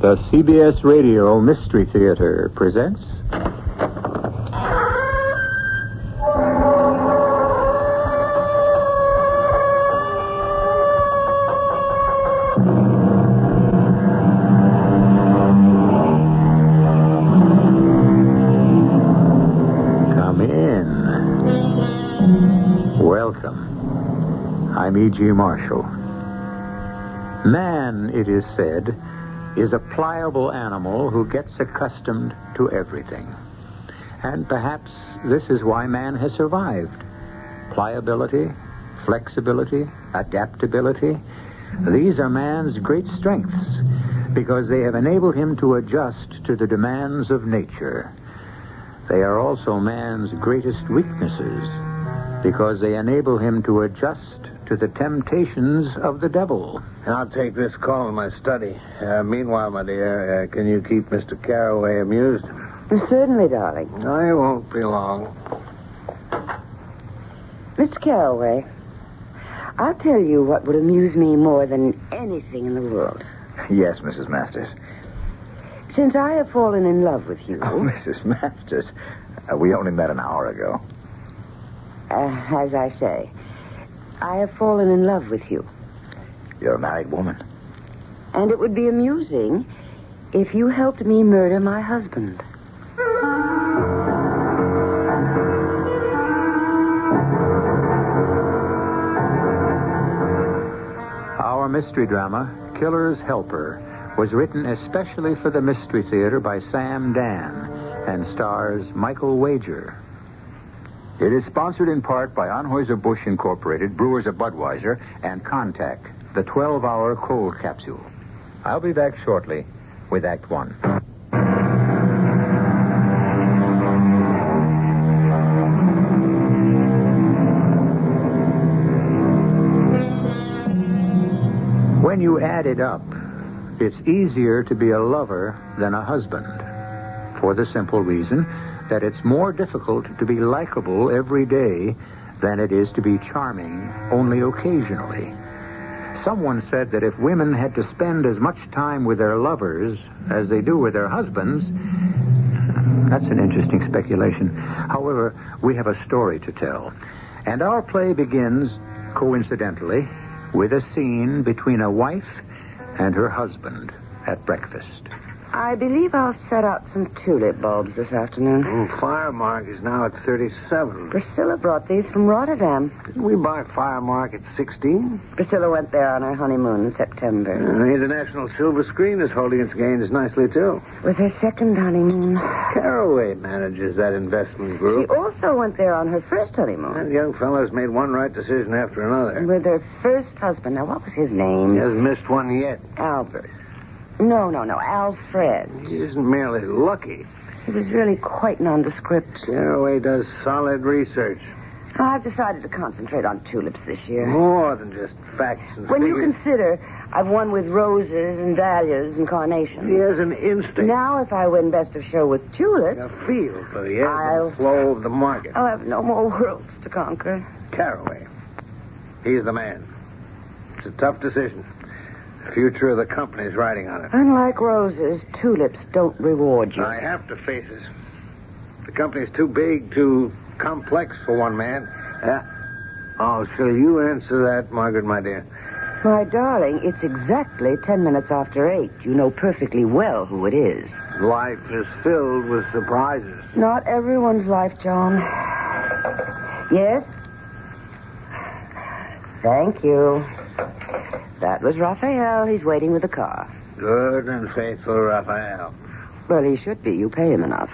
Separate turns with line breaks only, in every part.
The CBS Radio Mystery Theater presents. Come in. Welcome. I'm E.G. Marshall. Man, it is said, is a pliable animal who gets accustomed to everything. And perhaps this is why man has survived. Pliability, flexibility, adaptability, these are man's great strengths because they have enabled him to adjust to the demands of nature. They are also man's greatest weaknesses because they enable him to adjust to the temptations of the devil.
I'll take this call in my study. Uh, meanwhile, my dear, uh, can you keep Mr. Carroway amused?
Certainly, darling.
I won't be long.
Mr. Carroway, I'll tell you what would amuse me more than anything in the world.
Yes, Mrs. Masters.
Since I have fallen in love with you,
Oh, Mrs. Masters. Uh, we only met an hour ago.
uh, as I say, I have fallen in love with you.
You're a married woman.
And it would be amusing if you helped me murder my husband.
Our mystery drama, Killer's Helper, was written especially for the Mystery Theater by Sam Dan and stars Michael Wager. It is sponsored in part by Anheuser-Busch Incorporated, Brewers of Budweiser, and Contact, the 12-hour cold capsule. I'll be back shortly with Act One. When you add it up, it's easier to be a lover than a husband. For the simple reason that it's more difficult to be likable every day than it is to be charming only occasionally. Someone said that if women had to spend as much time with their lovers as they do with their husbands, that's an interesting speculation. However, we have a story to tell. And our play begins, coincidentally, with a scene between a wife and her husband at breakfast.
I believe I'll set out some tulip bulbs this afternoon.
Mm, Firemark is now at 37.
Priscilla brought these from Rotterdam.
Didn't we buy Firemark at 16?
Priscilla went there on her honeymoon in September.
Uh, the International Silver Screen is holding its gains nicely, too.
It was her second honeymoon.
Carroway manages that investment
She
group.
also went there on her first honeymoon
That young fellow's made one right decision after another.
with her first husband. Now, what was his name?
He hasn't missed one yet.
Albert. No, no, no, Alfred.
He isn't merely lucky.
He was really quite nondescript.
Carroway does solid research.
I've decided to concentrate on tulips this year.
More than just facts and
When you
figures.
consider I've won with roses and dahlias and carnations.
He has an instinct.
Now, if I win best of show with tulips,
A feel for the ebb
I'll- Oh.
and flow of the market.
I'll have no more worlds to conquer.
Carraway. He's the man. It's a tough decision. The future of the company's riding on it.
Unlike roses, tulips don't reward you.
I have to face it. The company's too big, too complex for one man. Uh, oh, shall you answer that, Margaret, my dear?
My darling, it's exactly ten minutes after eight. You know perfectly well who it is.
Life is filled with surprises.
Not everyone's life, John. Yes? Thank you. That was Raphael. He's waiting with the car.
Good and faithful Raphael.
Well, he should be. You pay him enough.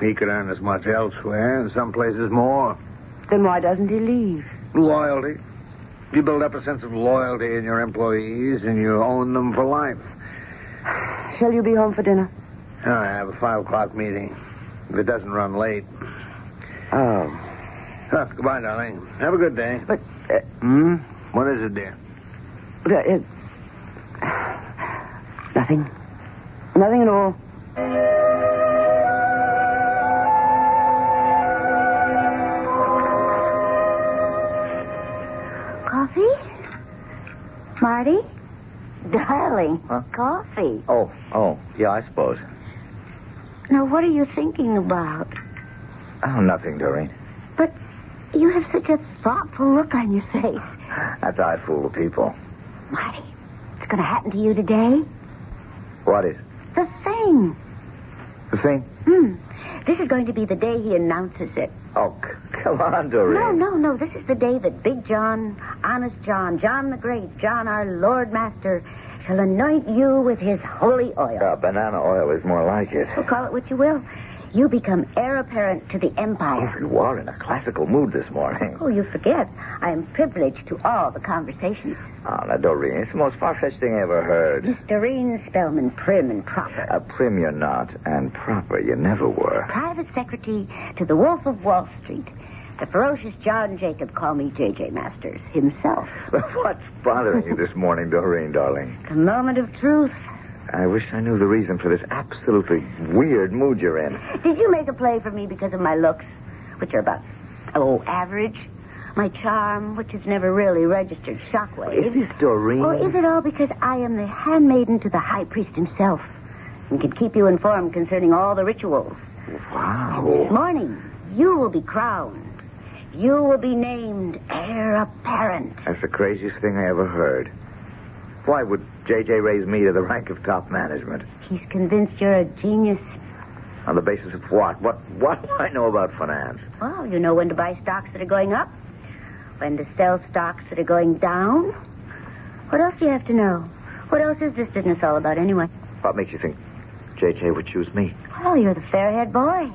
He could earn as much elsewhere, and some places more.
Then why doesn't he leave?
Loyalty. You build up a sense of loyalty in your employees, and you own them for life.
Shall you be home for dinner?
Oh,
All right, I have a five o'clock meeting. If it doesn't run late. Huh,
Oh.
Ah,
goodbye, darling. Have a good day.
But, uh,
Hmm? What is it, dear?
uh, uh, nothing. Nothing at all.
Coffee? Marty? Darling,
Huh?
coffee.
Oh, oh, yeah, I suppose.
Now, what are you thinking about?
Oh, nothing, Doreen.
But you have such a thoughtful look on your face.
That's how I fool the people.
Marty, it's going to happen to you today.
What is?
The thing.
The thing?
Hmm. This is going to be the day he announces it.
Oh, c- come on, Doreen.
No, no, no. This is the day that Big John, Honest John, John the Great, John our Lord Master, shall anoint you with his holy oil.
Uh, banana oil is more like it.
Well, call it what you will. You become heir apparent to the empire.
You are in a classical mood this morning.
Oh, you forget. I am privileged to all the conversations.
Oh, now, Doreen, it's the most far-fetched thing I ever heard.
Miss Doreen Spellman, prim and proper.
A prim you're not, and proper you never were.
Private secretary to the Wolf of Wall Street. The ferocious John Jacob, call me J.J. Masters, himself.
What's bothering you this morning, Doreen, darling?
The moment of truth.
I wish I knew the reason for this absolutely weird mood you're in.
Did you make a play for me because of my looks, which are about, oh, average? My charm, which has never really registered
Is
shockwaves.
this Doreen?
Or is it all because I am the handmaiden to the high priest himself and can keep you informed concerning all the rituals? This
Wow.
morning, you will be crowned. You will be named heir apparent.
That's the craziest thing I ever heard. Why would J.J. raise me to the rank of top management?
He's convinced you're a genius.
On the basis of what? What What do I know about finance?
Well, you know when to buy stocks that are going up, when to sell stocks that are going down. What else do you have to know? What else is this business all about, anyway?
What makes you think J.J. would choose me?
Well, you're the fairhead boy.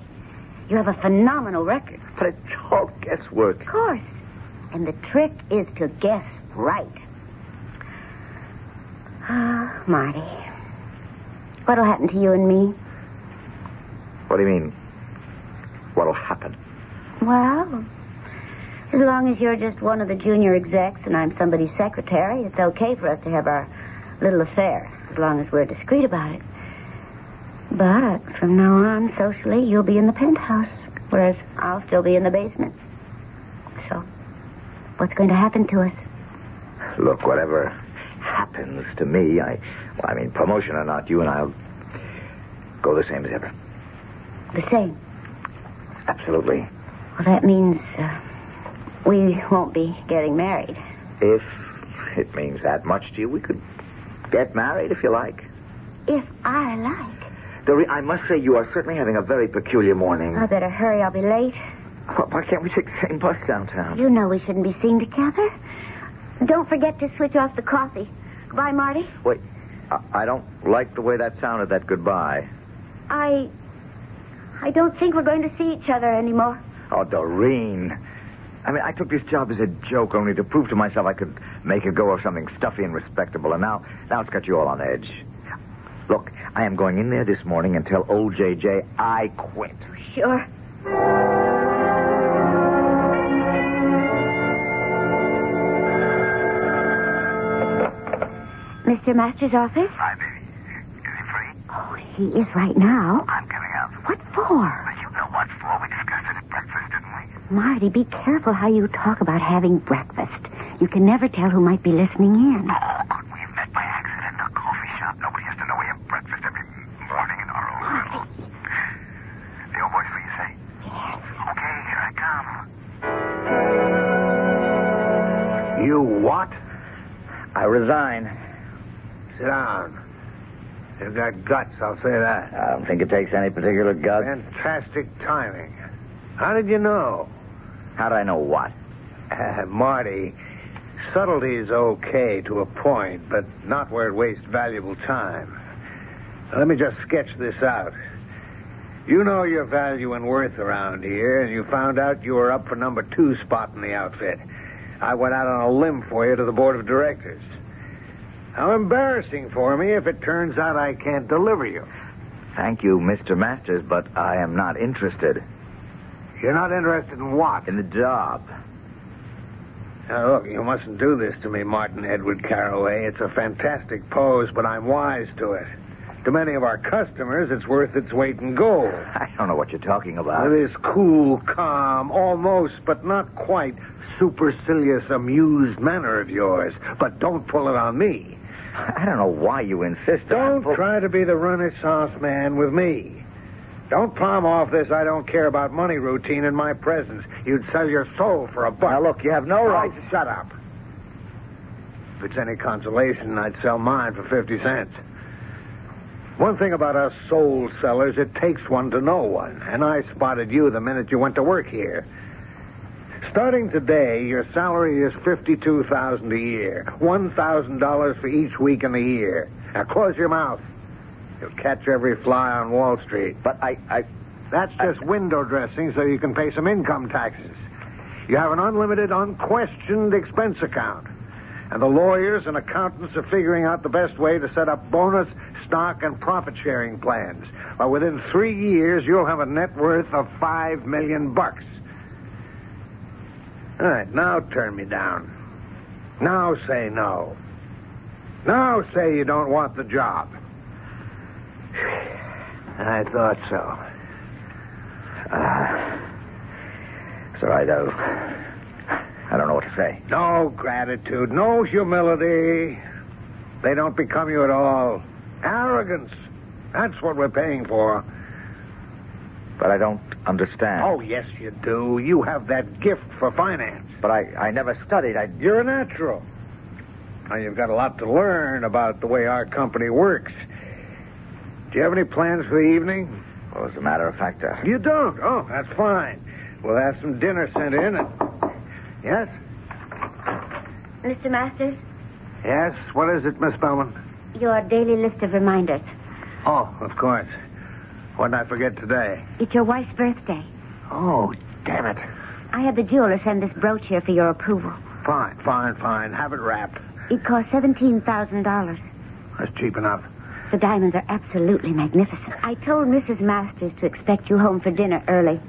You have a phenomenal record.
But it's all guesswork.
Of course. And the trick is to guess right. Ah, Marty. What'll happen to you and me?
What do you mean? What'll happen?
Well, as long as you're just one of the junior execs and I'm somebody's secretary, it's okay for us to have our little affair, as long as we're discreet about it. But from now on, socially, you'll be in the penthouse, whereas I'll still be in the basement. So, what's going to happen to us?
Look, whatever happens to me, I, well, I mean, promotion or not, you and I'll go the same as ever.
The same.
Absolutely.
Well, that means uh, we won't be getting married.
If it means that much to you, we could get married if you like.
If I like.
Doreen, I must say you are certainly having a very peculiar morning.
I better hurry. I'll be late.
Oh, Why- Why can't we take the same bus downtown?
You know we shouldn't be seen together. Don't forget to switch off the coffee. Goodbye, Marty.
Wait, I, I don't like the way that sounded, that goodbye.
I. I don't think we're going to see each other anymore.
Oh, Doreen. I mean, I took this job as a joke only to prove to myself I could make a go of something stuffy and respectable, and now, now it's got you all on edge. Look, I am going in there this morning and tell old J.J. I quit.
Sure. Mr. Masters' office?
Hi, baby. Is he free?
Oh, he is right now.
I'm coming out.
What for?
But you know what for? We discussed it at breakfast, didn't we?
Marty, be careful how you talk about having breakfast. You can never tell who might be listening in.
Oh, could we have met by accident in a coffee shop? Nobody has to know we have breakfast every morning in our own little... The old boy's free, you say? Yes. Okay, here I come.
You what?
I resign.
Sit down. You've got guts, I'll say that.
I don't think it takes any particular guts.
Fantastic timing. How did you know?
How do I know what?
Uh, Marty, subtlety's okay to a point, but not where it wastes valuable time. Now, let me just sketch this out. You know your value and worth around here, and you found out you were up for number two spot in the outfit. I went out on a limb for you to the board of directors. How embarrassing for me if it turns out I can't deliver you.
Thank you, Mr. Masters, but I am not interested
You're not interested in what?
in the job.
Now, look, you mustn't do this to me, Martin Edward Carroway. It's a fantastic pose, but I'm wise to it. To many of our customers, it's worth its weight in gold.
I don't know what you're talking about.
This cool, calm, almost but not quite supercilious, amused manner of yours. But don't pull it on me.
I don't know why you insist
Don't
on... Well,
try to be the Renaissance man with me. Don't palm off this I don't care about money routine in my presence. You'd sell your soul for a buck.
Now, look, you have no
Oh,
right...
shut up. If it's any consolation, I'd sell mine for 50 cents. One thing about us soul sellers, it takes one to know one. And I spotted you the minute you went to work here. Starting today, your salary is $52,000 a year, $1,000 for each week in the year. Now close your mouth. You'll catch every fly on Wall Street.
But I... I...
That's just window dressing so you can pay some income taxes. You have an unlimited, unquestioned expense account. And the lawyers and accountants are figuring out the best way to set up bonus, stock, and profit sharing plans. By within three years, you'll have a net worth of five million bucks. All right, now turn me down. Now say no. Now say you don't want the job. I thought so. Uh,
Sorry, though. I don't know what to say.
No gratitude, no humility. They don't become you at all. Arrogance. That's what we're paying for.
But I don't understand.
Oh, yes, you do. You have that gift for finance.
But I, I never studied. I...
You're a natural. Now, you've got a lot to learn about the way our company works. Do you have any plans for the evening?
Well, as a matter of fact, uh,
You don't? Oh, that's fine. We'll have some dinner sent in and. Yes?
Mr. Masters,
Yes? What is it, Miss Bellman?
your daily list of reminders.
Oh, of course. What did I forget today?
It's your wife's birthday.
Oh, damn it.
I had the jeweler send this brooch here for your approval.
Fine, fine, fine. Have it wrapped.
It cost seventeen thousand dollars.
That's cheap enough.
The diamonds are absolutely magnificent. I told Mrs. Masters to expect you home for dinner early.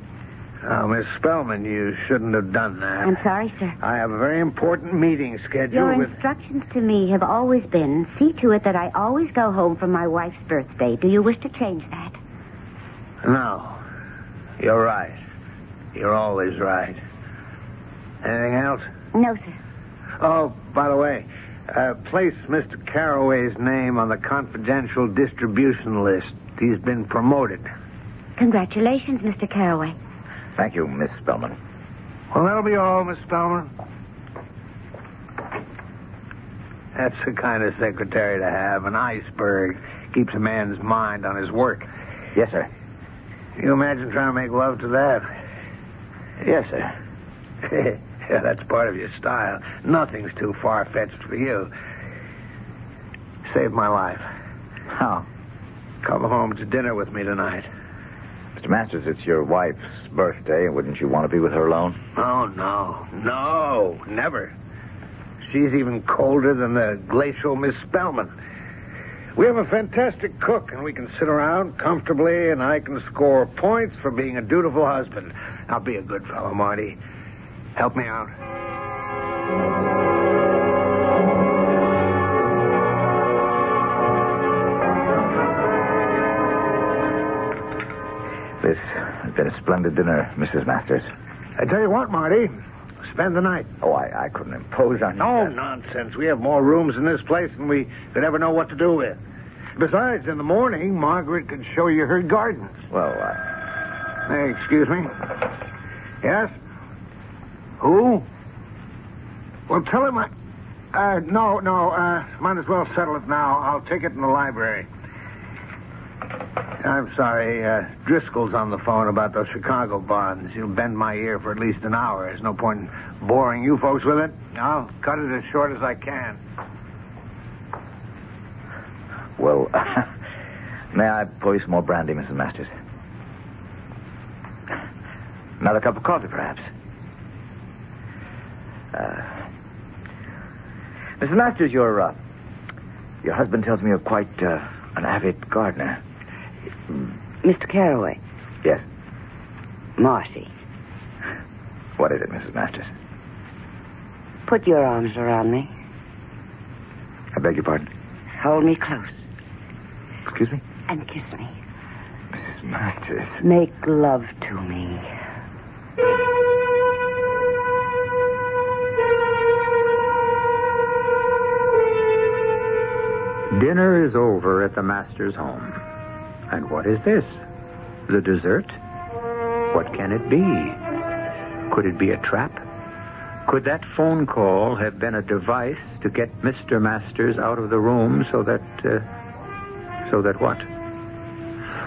Oh, Miss Spellman, you shouldn't have done that.
I'm sorry, sir.
I have a very important meeting scheduled
Your
with.
instructions to me have always been see to it that I always go home for my wife's birthday. Do you wish to change that?
No. You're right. You're always right. Anything else?
No, sir.
Oh, by the way, uh, place Mr. Caraway's name on the confidential distribution list. He's been promoted.
Congratulations, Mr. Caraway.
thank you, Miss Spellman.
Well, that'll be all, Miss Spellman. That's the kind of secretary to have, an iceberg. Keeps a man's mind on his work.
Yes, sir.
Can you imagine trying to make love to that?
Yes, sir.
yeah, that's part of your style. Nothing's too far fetched for you. Saved my life.
How?
Come home to dinner with me tonight.
Mr. Masters, it's your wife's birthday. Wouldn't you want to be with her alone?
Oh, no. No, never. She's even colder than the glacial Miss Spellman. We have a fantastic cook, and we can sit around comfortably, and I can score points for being a dutiful husband. Now, be a good fellow, Marty. Help me out.
This has been a splendid dinner, Mrs. Masters.
I tell you what, Marty. Spend the night.
Oh, I, I couldn't impose on you.
No
sir.
nonsense. We have more rooms in this place than we could ever know what to do with. Besides, in the morning, Margaret could show you her gardens.
Well, uh,
Hey, excuse me. Yes? Who? Well, tell him I. Uh, no, no, uh, might as well settle it now. I'll take it in the library. I'm sorry, uh, Driscoll's on the phone about those Chicago bonds. You'll bend my ear for at least an hour. There's no point in boring you folks with it. I'll cut it as short as I can.
well, may I pour you some more brandy, Mrs. Masters? Another cup of coffee, perhaps. Uh, Mrs. Masters, your uh, your husband tells me you're quite uh, an avid gardener.
Mr. Caraway,
Yes.
Marcy,
What is it, Mrs. Masters?
put your arms around me.
I beg your pardon.
Hold me close
Excuse me,
and kiss me.
Mrs. Masters.
Make love to me.
Dinner is over at the master's home. And what is this? The dessert? What can it be? Could it be a trap? Could that phone call have been a device to get Mr. Masters out of the room so that. Uh, so that what?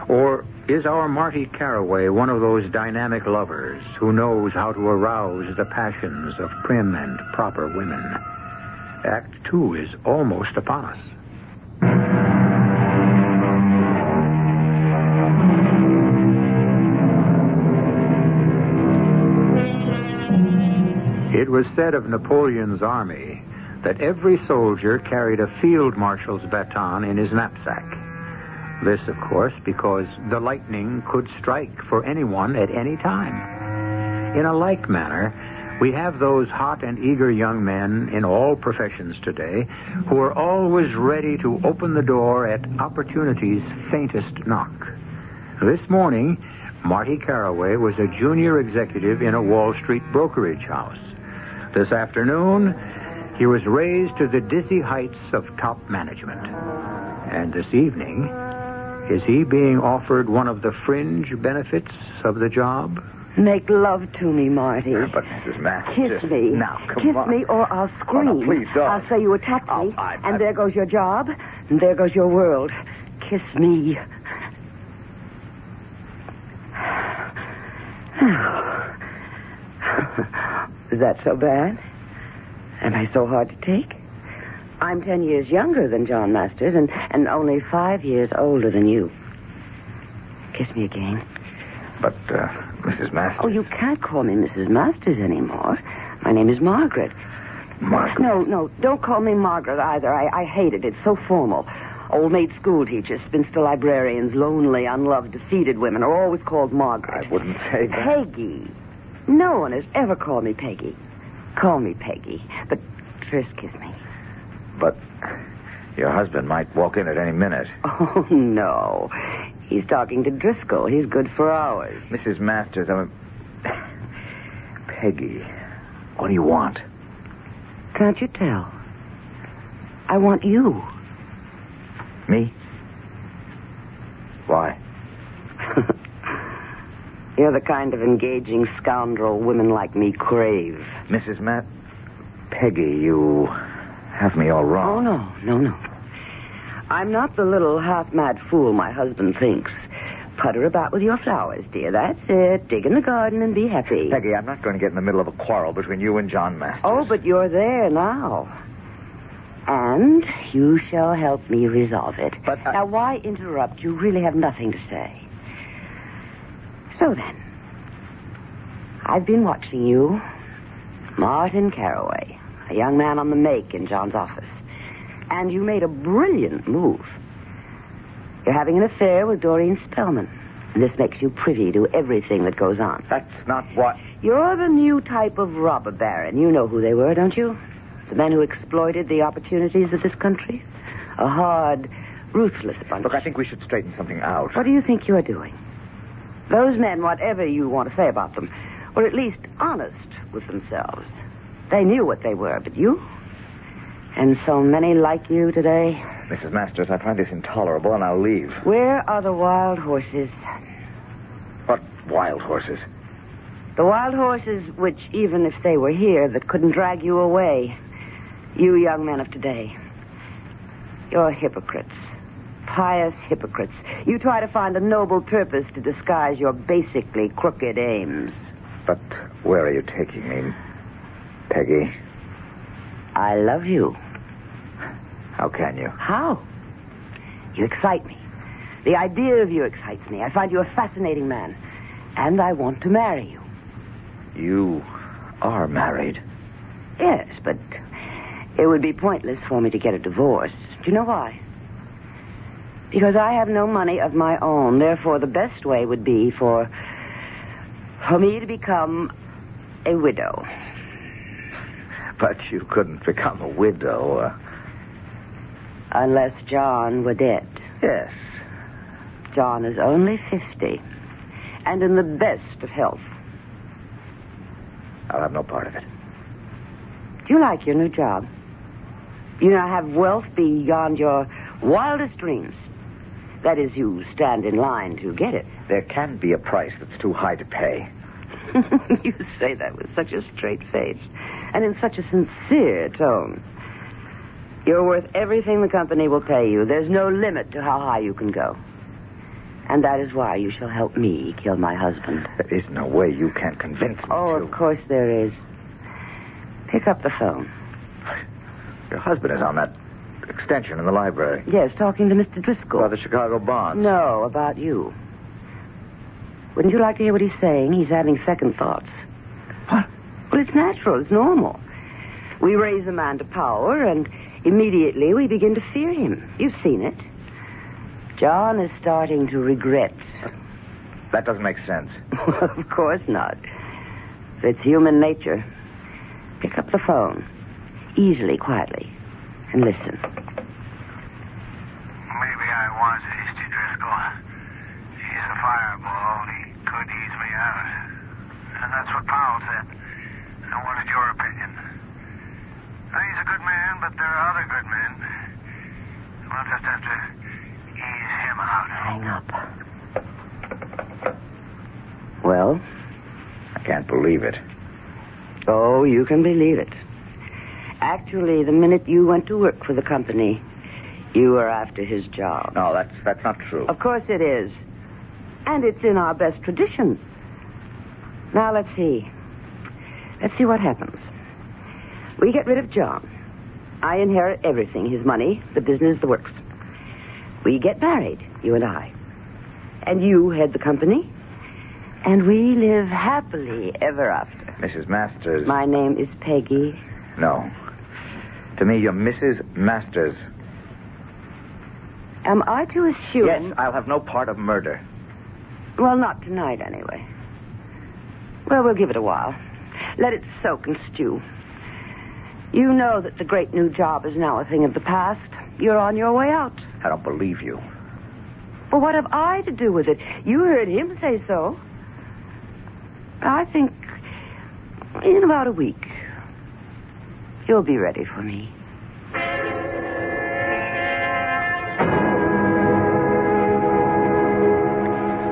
Or is our Marty Caraway one of those dynamic lovers who knows how to arouse the passions of prim and proper women? Act two is almost upon us. It was said of Napoleon's army that every soldier carried a field marshal's baton in his knapsack. This, of course, because the lightning could strike for anyone at any time. In a like manner, we have those hot and eager young men in all professions today who are always ready to open the door at opportunity's faintest knock. This morning, Marty Caraway was a junior executive in a Wall Street brokerage house. This afternoon, he was raised to the dizzy heights of top management. And this evening, is he being offered one of the fringe benefits of the job?
Make love to me, Marty.
But Mrs. Masters,
Kiss me.
now come
Kiss
on.
me or I'll scream.
Oh, no, please don't.
I'll say you attacked me.
Oh, I- I-
And there goes your job. And there goes your world. Kiss me. Is that so bad? Am I so hard to take? I'm ten years younger than John Masters and, and only five years older than you. Kiss me again.
But uh, Mrs. Masters,
Oh, you can't call me Mrs. Masters anymore. My name is Margaret.
Margaret.
No, no, don't call me Margaret either. I, I hate it. It's so formal. Old maid school teachers, spinster librarians, lonely, unloved, defeated women are always called Margaret.
I wouldn't say that.
Peggy. No one has ever called me Peggy. Call me Peggy. But first kiss me.
But your husband might walk in at any minute.
Oh, no. He's talking to Driscoll. He's good for hours.
Mrs. Masters, I mean, Peggy, what do you want?
Can't you tell? I want you.
Me? Why?
You're the kind of engaging scoundrel women like me crave.
Mrs. Matt, Peggy, you have me all
Oh,
wrong.
no, no, no. I'm not the little half mad fool my husband thinks. Putter about with your flowers, dear. That's it. Dig in the garden and be happy.
Peggy, I'm not going to get in the middle of a quarrel between you and John Masters.
Oh, but you're there now. And you shall help me resolve it.
But I-
Now, why interrupt? You really have nothing to say. So then, I've been watching you, Martin Caraway, a young man on the make in John's office. And you made a brilliant move. You're having an affair with Doreen Spellman. This makes you privy to everything that goes on.
That's not what.
You're the new type of robber baron. You know who they were, don't you? The men who exploited the opportunities of this country. A hard, ruthless bunch.
Look, I think we should straighten something out.
What do you think you're doing? Those men, whatever you want to say about them, were at least honest with themselves. They knew what they were, but you? And so many like you today.
Mrs. Masters, I find this intolerable, and I'll leave.
Where are the wild horses?
What wild horses?
The wild horses, which, even if they were here, that couldn't drag you away. You young men of today. You're hypocrites. Pious hypocrites. You try to find a noble purpose to disguise your basically crooked aims.
But where are you taking me, Peggy?
I love you.
How can you?
How? You excite me. The idea of you excites me. I find you a fascinating man. And I want to marry you.
You are married.
Yes, but it would be pointless for me to get a divorce. Do you know why? Because I have no money of my own. Therefore, the best way would be for for me to become a widow.
But you couldn't become a widow. Uh,
Unless John were dead.
yes.
John is only 50 and in the best of health.
I'll have no part of it.
Do you like your new job? You now have wealth beyond your wildest dreams. That is, you stand in line to get it.
There can be a price that's too high to pay.
you say that with such a straight face and in such a sincere tone. You're worth everything the company will pay you. There's no limit to how high you can go. And that is why you shall help me kill my husband.
There is no way you can convince me
Oh,
to.
of course there is. Pick up the phone.
Your husband is on that extension in the library.
Yes, talking to Mr. Driscoll.
About the Chicago bonds.
No, about you. Wouldn't you like to hear what he's saying? He's having second thoughts.
What?
Well, it's natural. It's normal. We raise a man to power, and immediately we begin to fear him. You've seen it. John is starting to regret.
That doesn't make sense.
of course not. It's human nature. Pick up the phone, easily, quietly, and listen.
Maybe I was hasty, Driscoll. He's a fireball, and he could ease me out. And that's what Powell said. I wanted your opinion. Now, he's a good man, but there are other good men. We'll just have to ease him out.
Hang up. Well?
I can't believe it.
Oh, you can believe it. Actually, the minute you went to work for the company, you were after his job.
No, that's that's not true.
Of course it is. And it's in our best tradition. Now, let's see. Let's see what happens. We get rid of John. I inherit everything his money, the business, the works. We get married, you and I. And you head the company. And we live happily ever after.
Mrs. Masters.
My name is Peggy
No. To me, you're Mrs. Masters.
Am I to assume?
Yes, I'll have no part of murder.
Well, not tonight, anyway. Well, we'll give it a while. Let it soak and stew. You know that the great new job is now a thing of the past. You're on your way out.
I don't believe you.
But what have I to do with it? You heard him say so. I think in about a week, you'll be ready for me.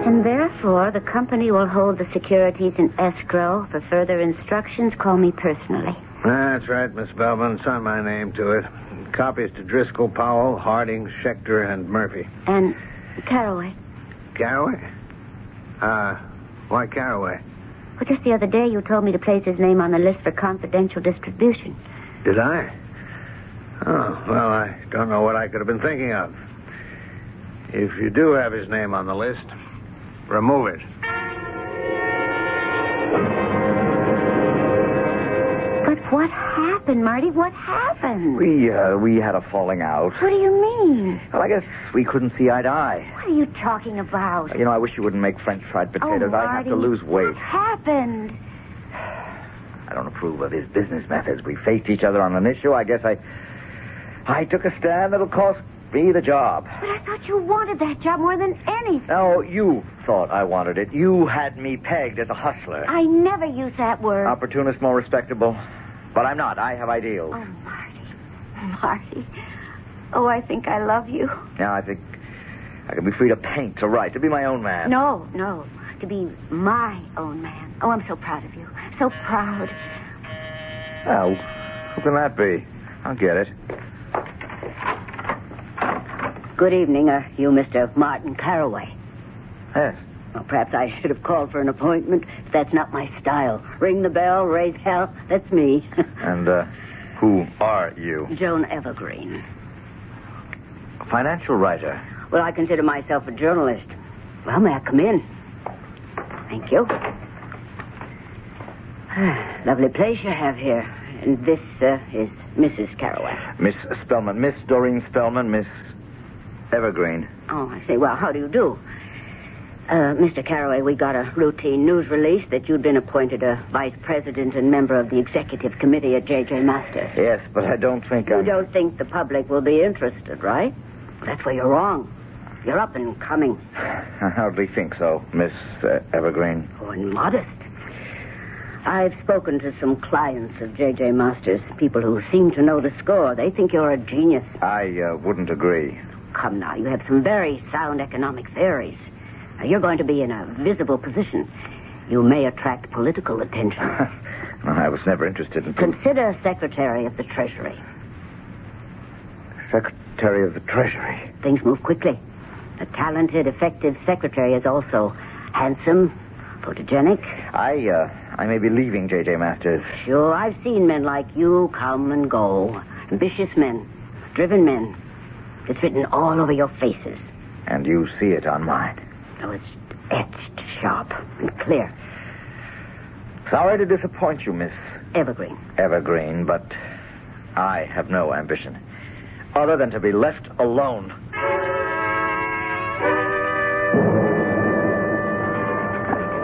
And therefore, the company will hold the securities in escrow. For further instructions, call me personally.
That's right, Miss Bellman. Sign my name to it. Copies to Driscoll, Powell, Harding, Schechter, and Murphy.
And Caraway.
Caraway? Uh, why Caraway?
Well, just the other day, you told me to place his name on the list for confidential distribution.
Did I? Oh, well, I don't know what I could have been thinking of. If you do have his name on the list, remove it.
But what happened, Marty? What happened?
We uh, we had a falling out.
What do you mean?
Well, I guess we couldn't see eye to eye.
What are you talking about?
You know, I wish you wouldn't make French fried potatoes. I have to
Oh, Marty,
lose weight.
What happened?
I don't approve of his business methods. We faced each other on an issue. I guess I I took a stand that'll cost me the job.
But I thought you wanted that job more than anything.
Now you thought I wanted it. You had me pegged as a hustler,
I never use that word.
opportunist, more respectable. But I'm not. I have ideals.
Oh, Marty. Marty. Oh, I think I love you.
Now I think I can be free to paint, to write, to be my own man.
No, no. To be my own man. Oh, I'm so proud of you. So proud.
Well, who can that be? I'll get it.
Good evening. Are you Mr. Martin Caraway?
Yes.
Well, perhaps I should have called for an appointment, but that's not my style. Ring the bell, raise hell, that's me.
And uh, who are you?
Joan Evergreen.
Financial writer.
Well, I consider myself a journalist. Well, may I come in? Thank you. Lovely place you have here. And this uh, is Mrs. Caraway.
Miss Spellman, Miss Doreen Spellman, Miss Evergreen.
Oh, I see. Well, how do you do? Uh, Mr. Caraway, we got a routine news release that you'd been appointed a vice president and member of the executive committee at J.J. Masters.
Yes, but I don't think
You
I'm.
don't think the public will be interested, right? That's where you're wrong. You're up and coming.
I hardly think so, Miss uh, Evergreen.
Oh, and modest. I've spoken to some clients of J.J. Masters, people who seem to know the score. They think you're a genius.
I uh, wouldn't agree.
come now. You have some very sound economic theories. Now, you're going to be in a visible position. You may attract political attention.
I was never interested in.
Consider Secretary of the Treasury.
Secretary of the Treasury.
Things move quickly. A talented, effective secretary is also handsome, photogenic.
I, uh, I may be leaving J.J. Masters.
Sure, I've seen men like you come and go. Ambitious men, driven men. It's written all over your faces.
And you see it on mine.
Oh, it's etched sharp and clear.
Sorry to disappoint you, Miss
Evergreen.
Evergreen, but I have no ambition other than to be left alone.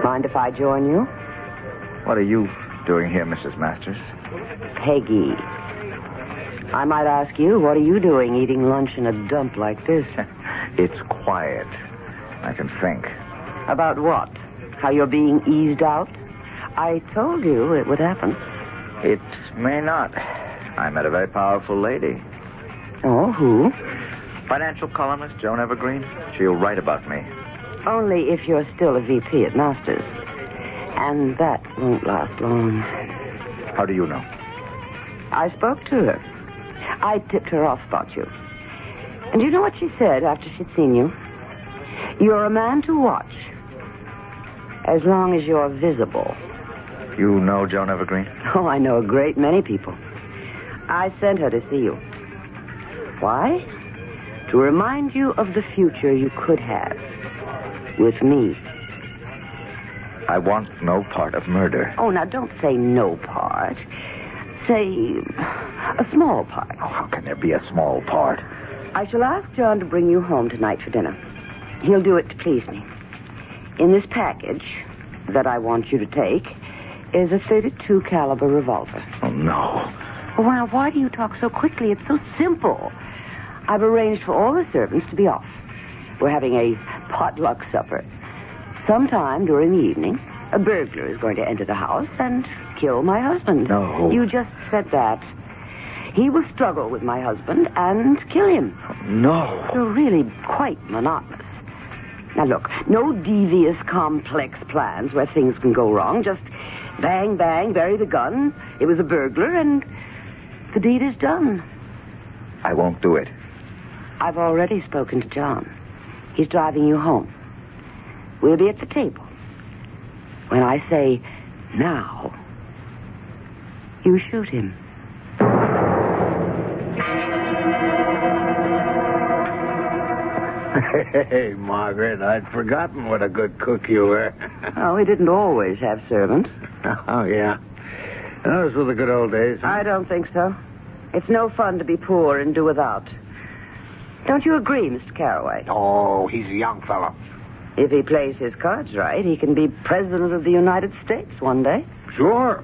Mind if I join you?
What are you doing here, Mrs. Masters?
Peggy. I might ask you, what are you doing eating lunch in a dump like this?
It's quiet. I can think.
About what? How you're being eased out? I told you it would happen.
It may not. I met a very powerful lady.
Oh, who?
Financial columnist Joan Evergreen. She'll write about me.
Only if you're still a VP at Masters. And that won't last long.
How do you know?
I spoke to her. I tipped her off about you. And you know what she said after she'd seen you? You're a man to watch. As long as you're visible.
You know Joan Evergreen?
Oh, I know a great many people. I sent her to see you. Why? To remind you of the future you could have. With me.
I want no part of murder.
Oh, now don't say no part. Say a small part.
Oh, how can there be a small part?
I shall ask John to bring you home tonight for dinner. He'll do it to please me. In this package that I want you to take is a 32 caliber revolver.
Oh, no.
Well, now, why do you talk so quickly? It's so simple. I've arranged for all the servants to be off. We're having a potluck supper. Sometime during the evening, a burglar is going to enter the house and kill my husband.
No.
You just said that. He will struggle with my husband and kill him.
No.
You're really quite monotonous. Now, look, no devious, complex plans where things can go wrong. Just bang, bang, bury the gun. It was a burglar, and the deed is done.
I won't do it.
I've already spoken to John. He's driving you home. We'll be at the table. When I say now, you shoot him.
Hey, Margaret, I'd forgotten what a good cook you were.
Oh, he didn't always have servants.
oh, yeah. Those were the good old days. huh?
I don't think so. It's no fun to be poor and do without. Don't you agree, Mr. Carroway?
Oh, he's a young fellow.
If he plays his cards right, he can be president of the United States one day.
Sure.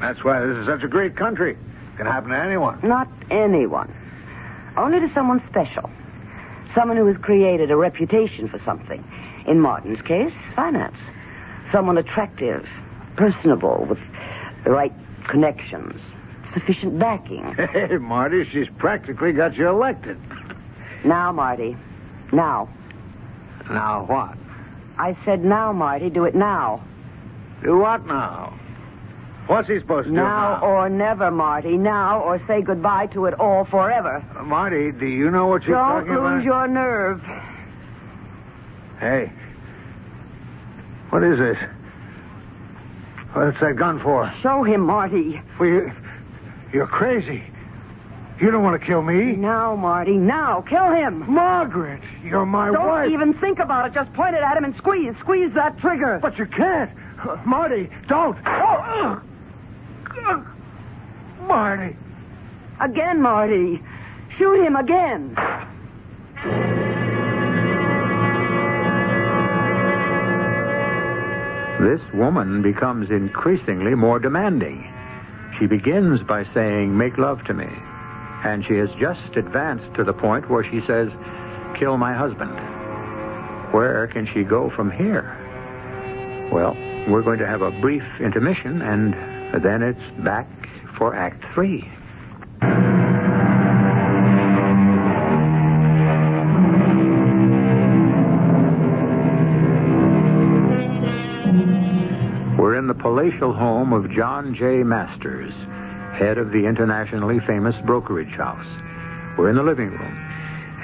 That's why this is such a great country. Can happen to anyone.
Not anyone. Only to someone special. Someone who has created a reputation for something. In Martin's case, finance. Someone attractive, personable, with the right connections, sufficient backing.
Hey, Marty, she's practically got you elected.
now, Marty. Now.
Now what?
I said now, Marty. Do it now.
Do what now? What's he supposed to
Now
do
or never, Marty. Now or say goodbye to it all forever.
now? Marty, do you know what you're
Don't
talking
lose
about?
your nerve.
Hey. What is this? What's that gun for?
Show him, Marty.
Well, you, you're crazy. You don't want to kill me.
Now, Marty. Now. Kill him.
Margaret, you're my
Don't
wife.
even think about it. Just point it at him and squeeze. Squeeze that trigger.
But you can't. Uh, Marty, don't. Oh, ugh. Ugh. Marty.
Again, Marty. Shoot him again.
This woman becomes increasingly more demanding. She begins by saying, Make love to me. And she has just advanced to the point where she says, Kill my husband. Where can she go from here? Well, we're going to have a brief intermission, and then it's back for Act Three. palatial home of John J. Masters, head of the internationally famous brokerage house. We're in the living room,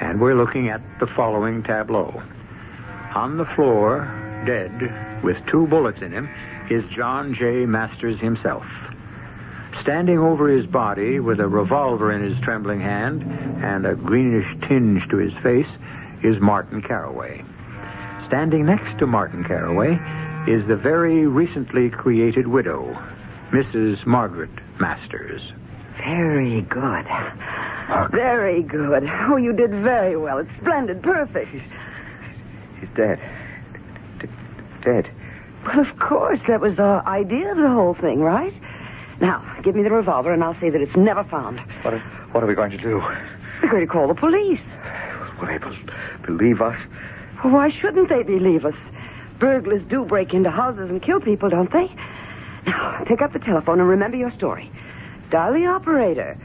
and we're looking at the following tableau. On the floor, dead, with two bullets in him, is John J. Masters himself. Standing over his body with a revolver in his trembling hand and a greenish tinge to his face is Martin Caraway. Standing next to Martin Caraway is the very recently created widow, Mrs. Margaret Masters.
Very good. Very good. Oh, you did very well. It's splendid, perfect.
She's dead. D- d- dead.
Well, of course, that was the idea of the whole thing, right? Now, give me the revolver and I'll say that it's never found.
What are, what are we going to do?
We're going to call the police.
Will they bel believe us?
Why shouldn't they believe us? Burglars do break into houses and kill people, don't they? Now, pick up the telephone and remember your story. Dial the operator.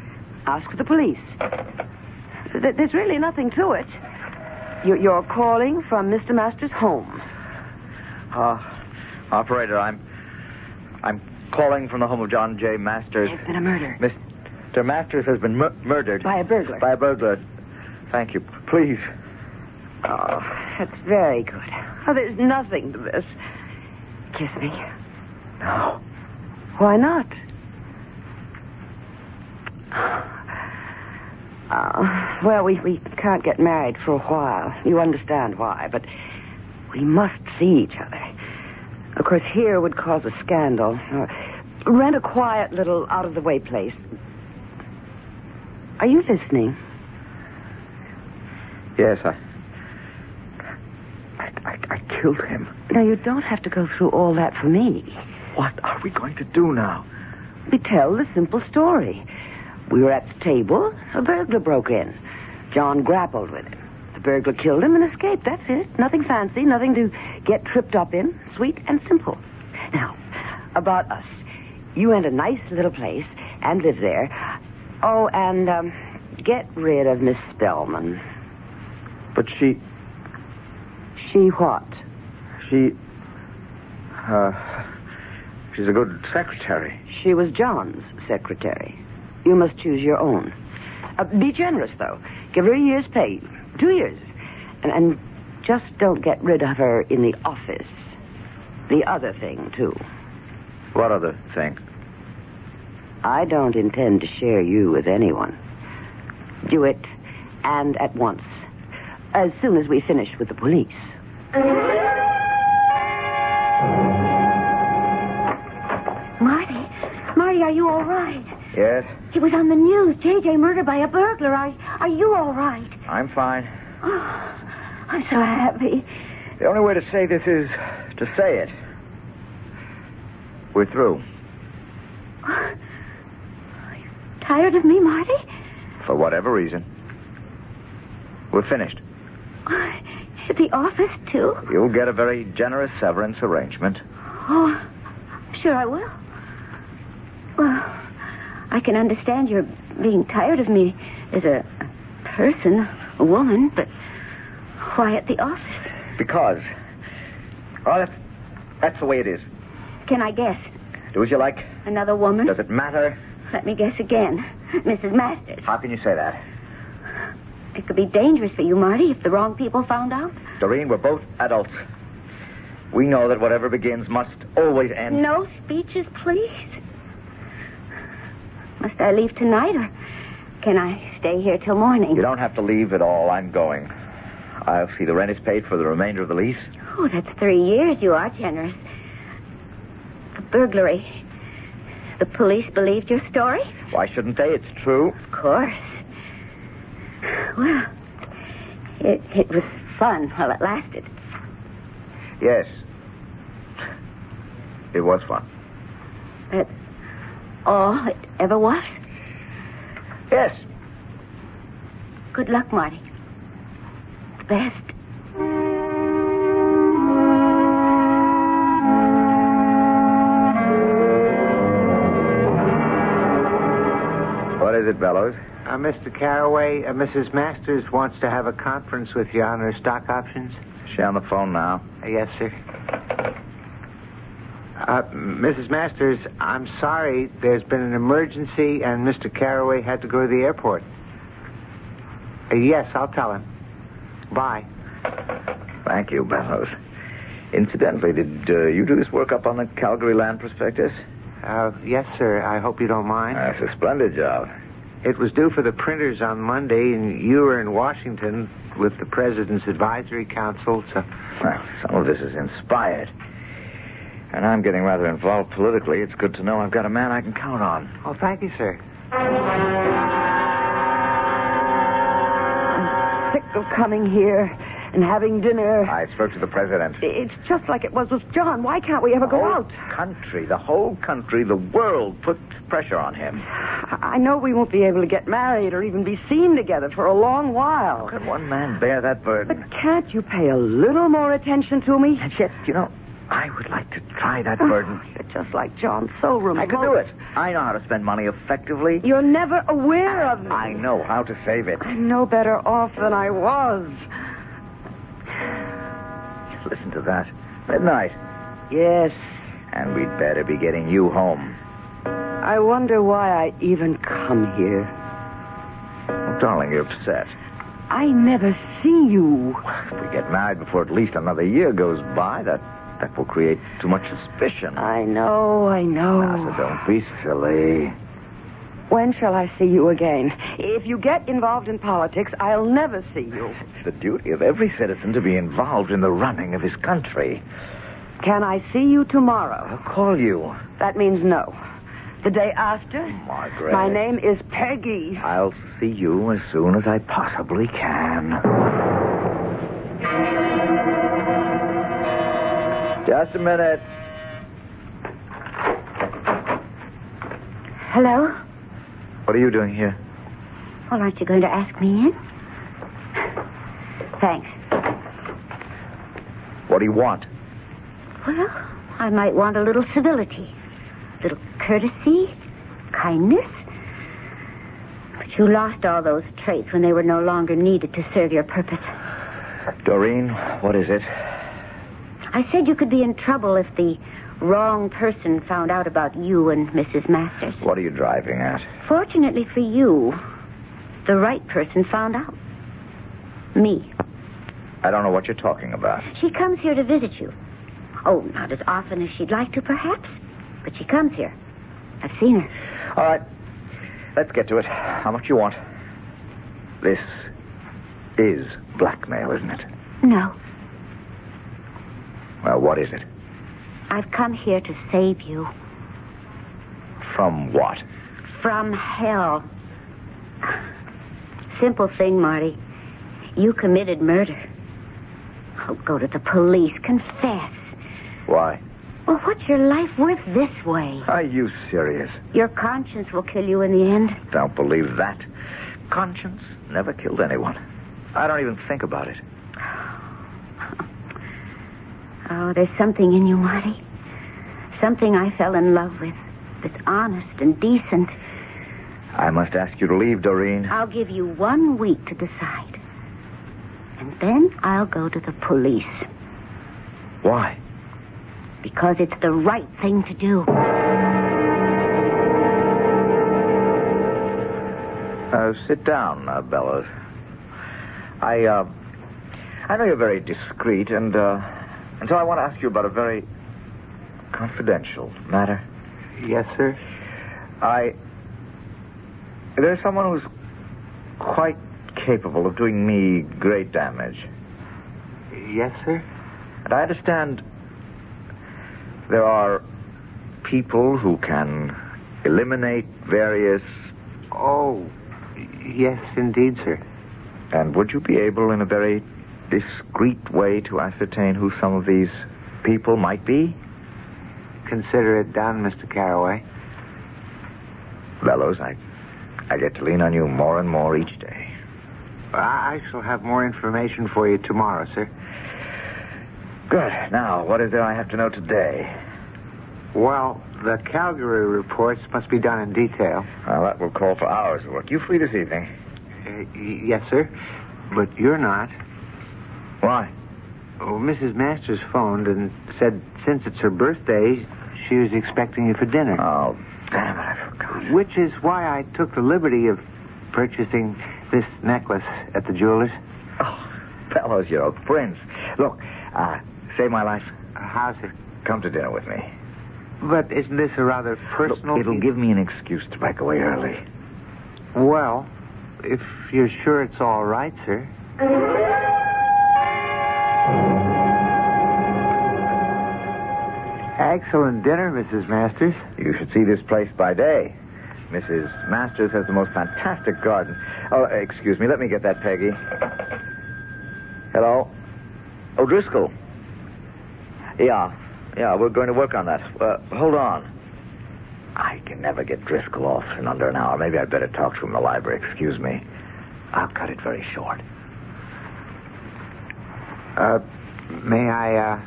Ask for the police. Th- There's really nothing to it. You- You're calling from Mr. Masters' home.
Uh, operator, I'm. I'm calling from the home of John J. Masters.
There's been a murder
Mr. Masters has been mur- murdered.
by a burglar.
By a burglar. Thank you. Please.
Oh, that's very good. Oh, there's nothing to this. Kiss me.
No.
Why not? Uh, well, we, we can't get married for a while. You understand why, but we must see each other. Of course, here would cause a scandal. Uh, rent a quiet little out of the way place. Are you listening?
Yes, I. I, I, I killed him.
Now, you don't have to go through all that for me.
What are we going to do now?
We tell the simple story. We were at the table. A burglar broke in. John grappled with him. The burglar killed him and escaped. That's it. Nothing fancy, nothing to get tripped up in. Sweet and simple. Now, about us. You rent a nice little place and live there. Oh, and um, get rid of Miss Spellman.
But she.
She what?
She. Uh, she's a good secretary.
She was John's secretary. You must choose your own. Uh, be generous, though. Give her a year's pay. Two years. And, and just don't get rid of her in the office. The other thing, too.
What other thing?
I don't intend to share you with anyone. Do it, and at once. As soon as we finish with the police.
Marty, Marty, are you all right?
Yes,
It was on the news. JJ murdered by a burglar. Are, are you all right?
I'm fine.
Oh, I'm so happy.
The only way to say this is to say it. We're through.
Are Oh, you tired of me, Marty?
For whatever reason. We're finished.
At the office, too?
You'll get a very generous severance arrangement.
Oh, sure I will. Well, I can understand your being tired of me as a a person, a woman, but why at the office?
Because. Well, that's, that's the way it is.
Can I guess?
Do as you like.
Another woman?
Does it matter?
Let me guess again. Mrs. Masters.
How can you say that?
It could be dangerous for you, Marty, if the wrong people found out.
Doreen, we're both adults. We know that whatever begins must always end.
No speeches, please. Must I leave tonight, or can I stay here till morning?
You don't have to leave at all. I'm going. I'll see the rent is paid for the remainder of the lease.
Oh, that's three years. You are generous. The burglary. The police believed your story?
Why shouldn't they? It's true.
Of course. Well, it, it was fun while it lasted.
Yes. It was fun.
That's all it ever was.
Yes.
Good luck, Marty. The best.
What is it, Bellows?
Uh, Mr. Caraway, uh, Mrs. Masters wants to have a conference with you on her stock options.
Is she on the phone now?
Uh, yes, sir. Uh, Mrs. Masters, I'm sorry. There's been an emergency, and Mr. Carraway had to go to the airport. Uh, yes, I'll tell him. Bye.
Thank you, Bellows. Incidentally, did uh, you do this work up on the Calgary land prospectus?
Uh, yes, sir. I hope you don't mind.
That's a splendid job.
It was due for the printers on Monday, and you were in Washington with the President's Advisory Council, so.
Well, some of this is inspired. And I'm getting rather involved politically. It's good to know I've got a man I can count on.
Oh, thank you, sir.
I'm sick of coming here and having dinner.
I spoke to the president.
It's just like it was with John. Why can't we ever Oh, go
whole
out?
country, the whole country, the world puts pressure on him.
I I know we won't be able to get married or even be seen together for a long while.
Could one man bear that burden?
But can't you pay a little more attention to me?
And yet, you know, I would like to try that burden.
Oh, you're just like John, so remote.
I could do it. I know how to spend money effectively.
You're never aware of me.
I know how to save it.
I'm no better off than I was.
Listen to that. Midnight.
Yes.
And we'd better be getting you home.
I wonder why I even come here.
Well, darling, you're upset.
I never see you.
If we get married before at least another year goes by, that that will create too much suspicion.
I know, I know.
Now, so don't be silly.
When shall I see you again? If you get involved in politics, I'll never see you.
It's the duty of every citizen to be involved in the running of his country.
Can I see you tomorrow?
I'll call you.
That means no. The day after?
Margaret.
My name is Peggy.
I'll see you as soon as I possibly can. Just a minute.
Hello?
What are you doing here?
Well, aren't you going to ask me in? Thanks.
What do you want?
Well, I might want a little civility, a little courtesy, kindness. But you lost all those traits when they were no longer needed to serve your purpose.
Doreen, what is it?
I said you could be in trouble if the wrong person found out about you and Mrs. Masters.
What are you driving at?
Fortunately for you, the right person found out. Me.
I don't know what you're talking about.
She comes here to visit you. Oh, not as often as she'd like to, perhaps, but she comes here. I've seen her.
All right. Let's get to it. How much you want? This is blackmail, isn't it?
No,
Well, what is it?
I've come here to save you
From what?
from hell. Simple thing, Marty. You committed murder. Oh, go to the police. Confess.
Why?
Well, what's your life worth this way?
Are you serious?
Your conscience will kill you in the end.
Don't believe that. Conscience never killed anyone. I don't even think about it.
Oh, there's something in you, Marty. Something I fell in love with. That's honest and decent.
I must ask you to leave, Doreen.
I'll give you one week to decide. And then I'll go to the police.
Why?
Because it's the right thing to do.
Uh, sit down, uh, Bellows. I, uh, I know you're very discreet, and, uh, and so I want to ask you about a very confidential matter.
Yes, sir.
I. There's someone who's quite capable of doing me great damage.
Yes, sir.
And I understand there are people who can eliminate various.
Oh, yes, indeed, sir.
And would you be able, in a very discreet way, to ascertain who some of these people might be?
Consider it done, Mr. Carraway.
Bellows, I, I get to lean on you more and more each day.
I, I shall have more information for you tomorrow, sir.
Good. Now, what is there I have to know today?
Well, the Calgary reports must be done in detail.
Well, that will call for hours of work. You free this evening?
Uh, y- yes, sir. But you're not.
Why?
Oh, Mrs. Masters phoned and said since it's her birthday,
she was expecting you for dinner.
Oh, damn it, I forgot.
Which is why I took the liberty of purchasing this necklace at the jeweler's.
Oh, fellows, you're a prince. Look, uh, save my life.
How's it?
Come to dinner with me.
But isn't this a rather personal?
Look, it'll give me an excuse to break away early.
Well, if you're sure it's all right, sir. Excellent dinner, Mrs. Masters.
You should see this place by day. Mrs. Masters has the most fantastic garden. Oh, excuse me. Let me get that, Peggy. Hello? O'Driscoll. Yeah. Yeah, we're going to work on that. Uh, hold on. I can never get Driscoll off in under an hour. Maybe I'd better talk to him in the library. Excuse me. I'll cut it very short.
Uh, may I, uh,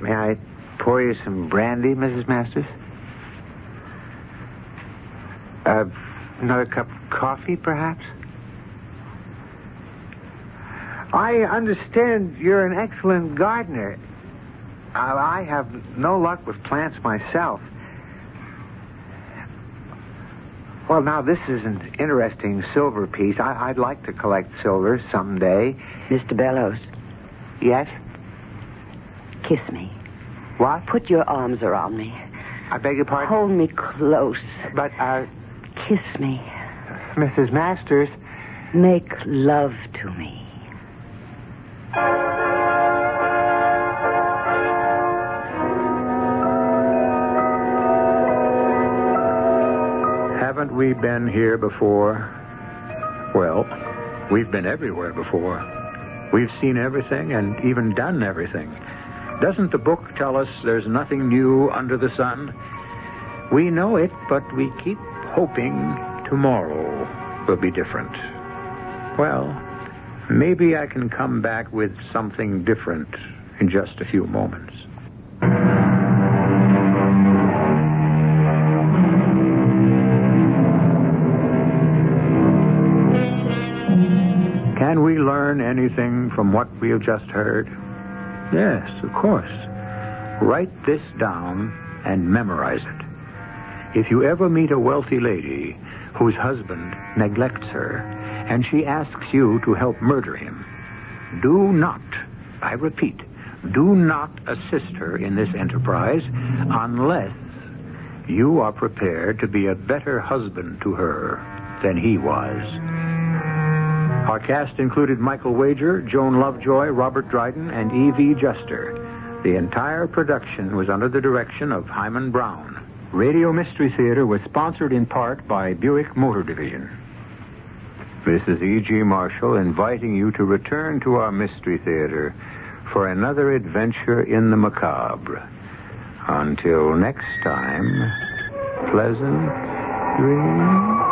may I pour you some brandy, Mrs. Masters? Uh, another cup of coffee, perhaps? I understand you're an excellent gardener. I I have no luck with plants myself. Well, now, this is an interesting silver piece. I, I'd like to collect silver someday.
Mr. Bellows,
Yes?
kiss me.
What?
Put your arms around me.
I beg your pardon?
Hold me close.
But, uh,
Kiss me.
Mrs. Masters.
Make love to me.
Haven't we been here before? Well, we've been everywhere before. We've seen everything and even done everything. Doesn't the book tell us there's nothing new under the sun? We know it, but we keep hoping tomorrow will be different. Well, maybe I can come back with something different in just a few moments. Can we learn anything from what we have just heard? Yes, of course. Write this down and memorize it. If you ever meet a wealthy lady whose husband neglects her and she asks you to help murder him, do not, I repeat, do not assist her in this enterprise unless you are prepared to be a better husband to her than he was. Our cast included Michael Wager, Joan Lovejoy, Robert Dryden, and E.V. Juster. The entire production was under the direction of Hyman Brown. Radio Mystery Theater was sponsored in part by Buick Motor Division. This is E.G. Marshall inviting you to return to our Mystery Theater for another adventure in the macabre. Until next time, pleasant dreams.